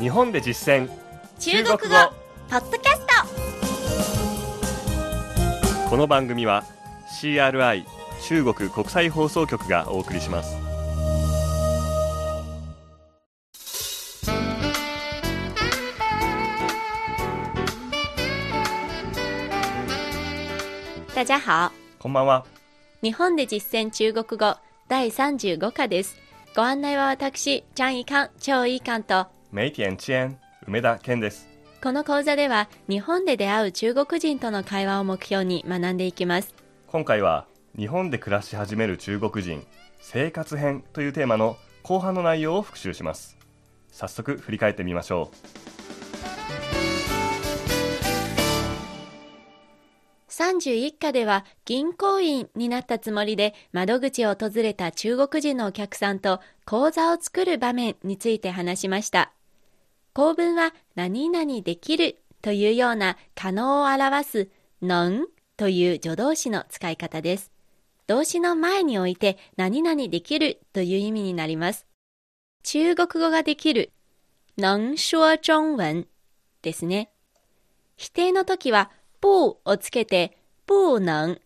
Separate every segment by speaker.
Speaker 1: 日本で実践
Speaker 2: 中国語ポッドキャス
Speaker 1: この番組は CRI 中国国際放送局がお送りします
Speaker 2: ト大家好
Speaker 1: こんばんは
Speaker 2: 日本で実践中国語第35課ですご案内は私チャンイカンチョウイカンと
Speaker 1: メイティエンチェン梅田健です
Speaker 2: この講座では日本で出会う中国人との会話を目標に学んでいきます
Speaker 1: 今回は日本で暮らし始める中国人生活編というテーマの後半の内容を復習します早速振り返ってみましょ
Speaker 2: 31課では銀行員になったつもりで窓口を訪れた中国人のお客さんと口座を作る場面について話しました。構文は何々できるというような可能を表す能という助動詞の使い方です。動詞の前に置いて何々できるという意味になります。中国語ができる能说中文ですね。否定の時は、不をつけて、不能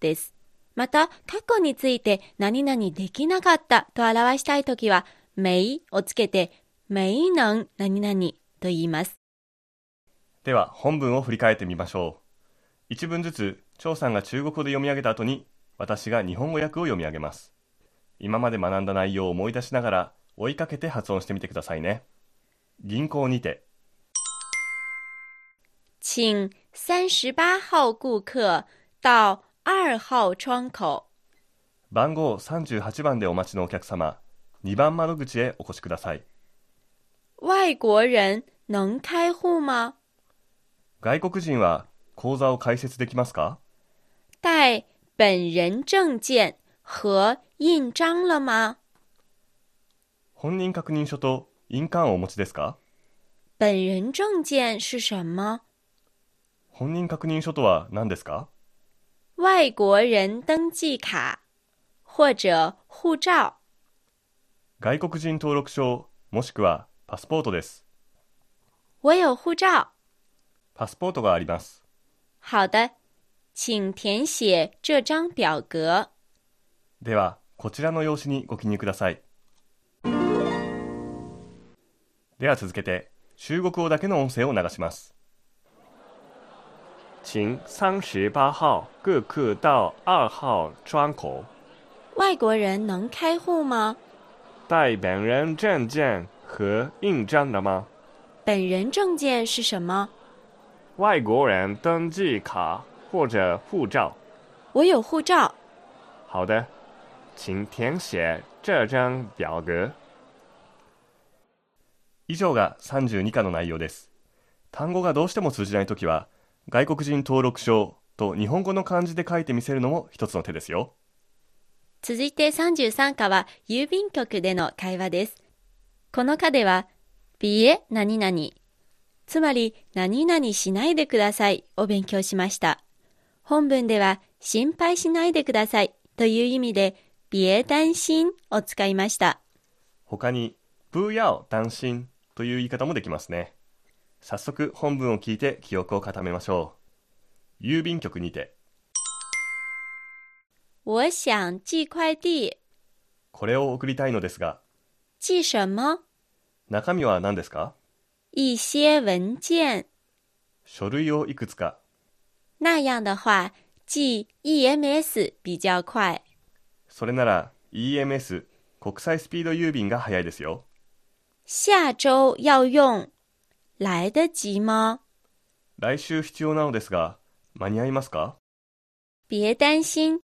Speaker 2: です。また、過去について何々できなかったと表したい時は、没をつけて、没能何々と言います。
Speaker 1: うでは本文を振り返ってみましょう一文ずつ張さんが中国語で読み上げた後に私が日本語訳を読み上げます今まで学んだ内容を思い出しながら追いかけて発音してみてくださいね銀行にて
Speaker 2: 请三十八号顾客到二号窗口。
Speaker 1: 番号38番でお待ちのお客様2番窓口へお越しください
Speaker 2: 外国人能开户吗？
Speaker 1: 外国人は口座を開設できますか
Speaker 2: 带本人证件和印章了吗？
Speaker 1: 本人確認書と印鑑をお持ちですか
Speaker 2: 本人证件是什么？
Speaker 1: 本人確認書とは何ですか
Speaker 2: 外国人登记卡或者护照。
Speaker 1: 外国人登録証もしくはパスポートです
Speaker 2: 我有护照。
Speaker 1: パスポートがあります
Speaker 2: 好的，请填写这张表格。
Speaker 1: ではこちらの用紙にご記入くださいでは続けて中国語だけの音声を流します
Speaker 3: 请三十八号各客到二号窗口，
Speaker 2: 外国人能开户吗？
Speaker 3: 带本人证件和印章了吗？
Speaker 2: 本人证件是什么？
Speaker 3: 外国人登记卡或者护照。
Speaker 2: 我有护照。
Speaker 3: 好的，请填写这张表格。
Speaker 1: 以上が32課の内容です単語がどうしても通じないときは外国人登録証と日本語の漢字で書いてみせるのも一つの手ですよ
Speaker 2: 続いて33課は郵便局での会話です。この課では、ビエ何々、つまり何々しないでくださいを勉強しました。本文では心配しないでくださいという意味で、ビエ担心を使いました。
Speaker 1: 他に「不要担心」という言い方もできますね早速本文を聞いて記憶を固めましょう郵便局にて
Speaker 2: 我想寄快递。
Speaker 1: これを送りたいのですが
Speaker 2: 寄什么
Speaker 1: 中身は何ですか
Speaker 2: 一些文件。
Speaker 1: 書類をいくつか
Speaker 2: 那样的话、寄 EMS 比较快。
Speaker 1: それなら EMS 国際スピード郵便が早いですよ
Speaker 2: 下周要用。来得及吗
Speaker 1: 来週必要なのですが間に合いますか
Speaker 2: 别担心，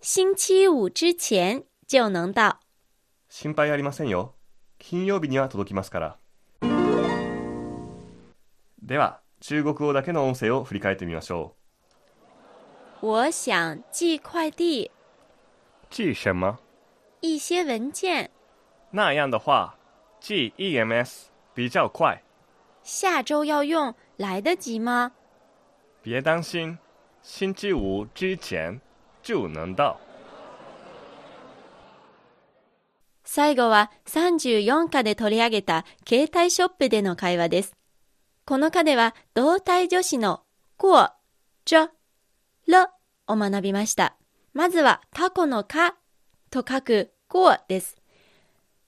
Speaker 2: 星期五之前就能到。
Speaker 1: 心配ありませんよ金曜日には届きますからでは中国語だけの音声を振り返ってみましょう
Speaker 2: 我想寄快递，
Speaker 3: 寄什么？
Speaker 2: 一些文件，
Speaker 3: 那样的话，寄 EMS 比较快。
Speaker 2: 下周要用，来得及吗？
Speaker 3: 别担心，星期五之前就能到。
Speaker 2: 最後は34課で取り上げた携帯ショップでの会話です。この課では同体助詞のこう、ちょ、ろを学びました。まずは過去のかと書くこうです。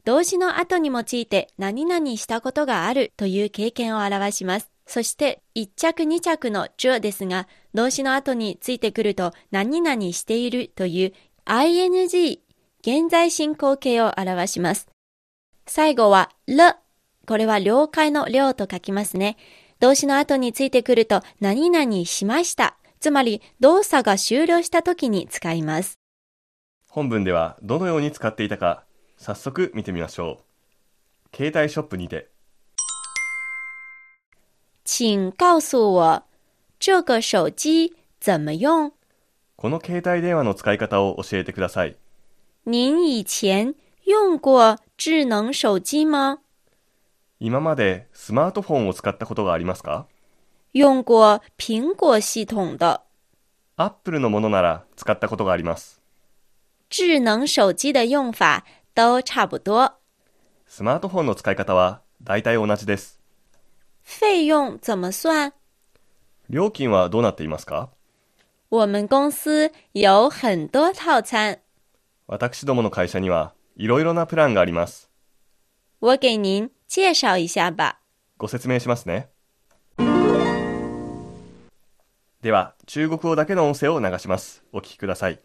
Speaker 2: 動詞の後に用いて何々したことがあるという経験を表します。そして1着2着のじゅですが、動詞の後についてくると何々しているという ing 現在進行形を表します。最後はるこれは了解の了と書きますね。動詞の後についてくると何々しました。つまり動作が終了した時に使います。
Speaker 1: 本文ではどのように使っていたか早速見てみましょう携帯ショップにて
Speaker 2: 请告诉我这个手机怎么用？
Speaker 1: この携帯電話の使い方を教えてください
Speaker 2: 您以前用过智能手机吗？
Speaker 1: 今までスマートフォンを使ったことがありますか
Speaker 2: 用过苹果系统的
Speaker 1: アップルのものなら使ったことがあります
Speaker 2: 智能手机的用法都差不多。
Speaker 1: スマートフォンの使い方は大体同じです
Speaker 2: 费用怎么算？
Speaker 1: 料金はどうなっていますか
Speaker 2: 我们公司有很多套餐，
Speaker 1: 私どもの会社にはいろいろなプランがあります
Speaker 2: 我给您介绍一下吧。
Speaker 1: ご説明しますねでは中国語だけの音声を流しますお聞きください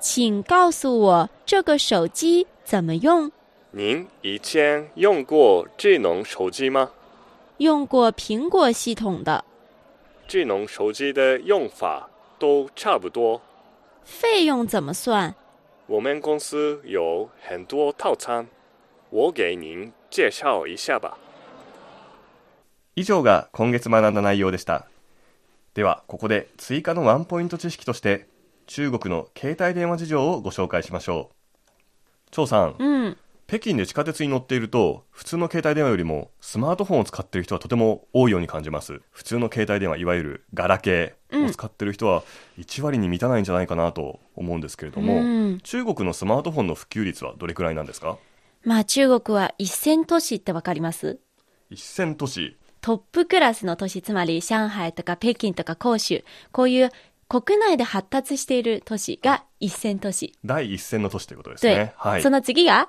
Speaker 2: 请告诉我这个手机怎么用？
Speaker 3: 您以前用过智能手机吗？
Speaker 2: 用过苹果系统的，
Speaker 3: 智能手机的用法都差不多。
Speaker 2: 费用怎么算？
Speaker 3: 我们公司有很多套餐，我给您介绍一下吧。
Speaker 1: 以上が今月学んだ内容でしたではここで追加のワンポイント知識として中国の携帯電話事情をご紹介しましょう張さん
Speaker 2: 嗯，
Speaker 1: 北京で地下鉄に乗っていると普通の携帯電話よりもスマートフォンを使っている人はとても多いように感じます普通の携帯電話いわゆるガラケーを使っている人は1割に満たないんじゃないかなと思うんですけれども、
Speaker 2: 嗯
Speaker 1: 中国のスマートフォンの普及率はどれくらいなんですか
Speaker 2: まあ中国は一線都市ってわかります？
Speaker 1: 1000都市
Speaker 2: トップクラスの都市、つまり上海とか北京とか広州、こういう国内で発達している都市が一線都市。
Speaker 1: 第一線の都市ということです
Speaker 2: 对、
Speaker 1: ねはい
Speaker 2: その次が、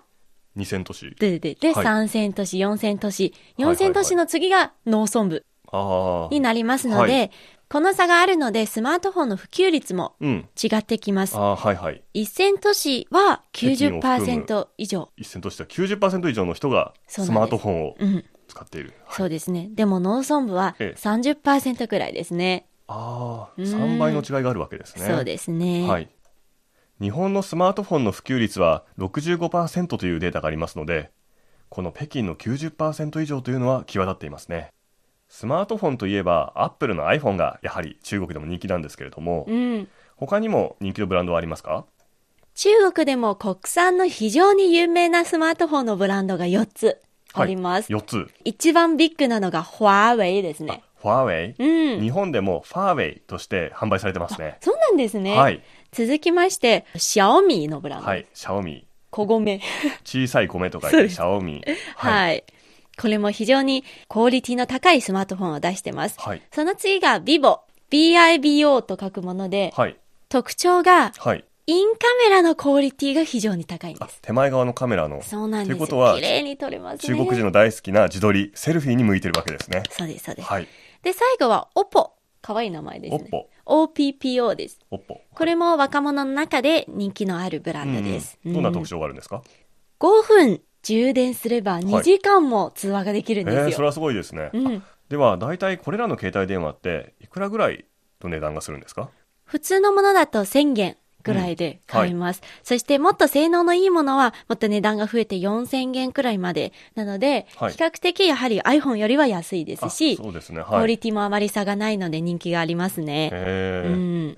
Speaker 1: 2000都市
Speaker 2: で、で、で、
Speaker 1: はい
Speaker 2: 三線都市、四線都市。
Speaker 1: はいはい
Speaker 2: 四線都市の次が農村部
Speaker 1: ああ
Speaker 2: になりますので、
Speaker 1: は
Speaker 2: この差があるので、スマートフォンの普及率も
Speaker 1: うん
Speaker 2: 違ってきます
Speaker 1: あ。あはいはい
Speaker 2: 一線都市は
Speaker 1: 北京を含
Speaker 2: 90%以上。
Speaker 1: 一線としては90%以上の人が
Speaker 2: そう
Speaker 1: ス
Speaker 2: なんです
Speaker 1: マートフォンを
Speaker 2: うん、
Speaker 1: 使っている、
Speaker 2: そ
Speaker 1: はいう
Speaker 2: ですね。でも農村部は
Speaker 1: ええ
Speaker 2: 30%くらいですね。
Speaker 1: ああ
Speaker 2: うん
Speaker 1: 3倍の違いがあるわけですね
Speaker 2: そうですね。
Speaker 1: はい日本のスマートフォンの普及率は65%というデータがありますのでこの北京の90%以上というのは際立っていますねスマートフォンといえばアップルの iPhone がやはり中国でも人気なんですけれども
Speaker 2: うん。
Speaker 1: 他にも人気のブランドはありますか
Speaker 2: 中国でも国産の非常に有名なスマートフォンのブランドが4つあります。
Speaker 1: 4つ
Speaker 2: 一番ビッグなのが華為ですね。
Speaker 1: ファーウェイ、
Speaker 2: うん。
Speaker 1: 日本でもファーウェイとして販売されてますね
Speaker 2: そうなんですね。
Speaker 1: はい
Speaker 2: 続きまして、シャオミのブランド。
Speaker 1: はいシャオミ
Speaker 2: 小米。
Speaker 1: 小さい米とか
Speaker 2: そう
Speaker 1: 言っ
Speaker 2: で
Speaker 1: て
Speaker 2: す
Speaker 1: シャオミ、
Speaker 2: はいい。これも非常にクオリティの高いスマートフォンを出してます。
Speaker 1: はい
Speaker 2: その次が vivo。BIBO と書くもので、
Speaker 1: はい
Speaker 2: 特徴が
Speaker 1: はい
Speaker 2: インカメラのクオリティが非常に高いんで
Speaker 1: あ
Speaker 2: す。
Speaker 1: 手前側のカメラの
Speaker 2: そうなんで
Speaker 1: とい
Speaker 2: す
Speaker 1: う
Speaker 2: よ。
Speaker 1: ことは
Speaker 2: 綺麗に撮れますね。
Speaker 1: 中国人の大好きな自撮りセルフィーに向いてるわけですね
Speaker 2: そうです、そうです。
Speaker 1: はい
Speaker 2: で、最後は OPPO。かわいい名前です
Speaker 1: おっ
Speaker 2: ね。
Speaker 1: ぽ
Speaker 2: OPPO です。
Speaker 1: おっぽ
Speaker 2: これも若者の中で人気のあるブランドです。
Speaker 1: うんうんどんな特
Speaker 2: 徴
Speaker 1: 徴があるんですか、
Speaker 2: ?5 分充電すれば2時間も通話ができるん
Speaker 1: え
Speaker 2: で
Speaker 1: ー、
Speaker 2: す
Speaker 1: そ
Speaker 2: よ。
Speaker 1: れはすごいですね、
Speaker 2: うん。
Speaker 1: では大体これらの携帯電話っていくらぐらいの値段がするんですか
Speaker 2: 普通のものだと1000元ぐらいで買えます。そしてもっと性能のいいものはもっと値段が増えて4000元くらいまで。なので、
Speaker 1: はい
Speaker 2: 比較的やはり iPhone よりは安いです
Speaker 1: あ
Speaker 2: し、
Speaker 1: そうですね
Speaker 2: クオ
Speaker 1: は
Speaker 2: リ
Speaker 1: い
Speaker 2: ティもあまり差がないので人気がありますね。
Speaker 1: え
Speaker 2: う
Speaker 1: ー
Speaker 2: ん。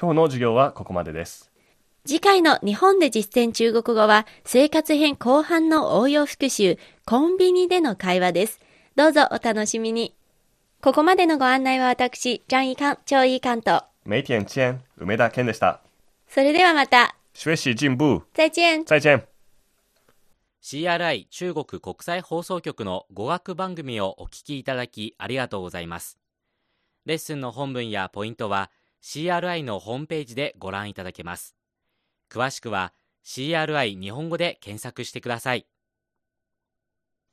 Speaker 1: 今日の授業はここまでです
Speaker 2: 次回の日本で実践中国語は生活編後半の応用復習コンビニでの会話です。どうぞお楽しみに。ここまでのご案内は私、ジャンイカン、チョイイカンと
Speaker 1: 梅田健、梅田健でした。
Speaker 2: それではまた。
Speaker 1: 学習進步、
Speaker 2: 再见。
Speaker 1: 再见。
Speaker 4: CRI 中国国際放送局の語学番組をお聞きいただきありがとうございます。レッスンの本文やポイントは CRI のホームページでご覧いただけます。詳しくは CRI 日本語で検索してください。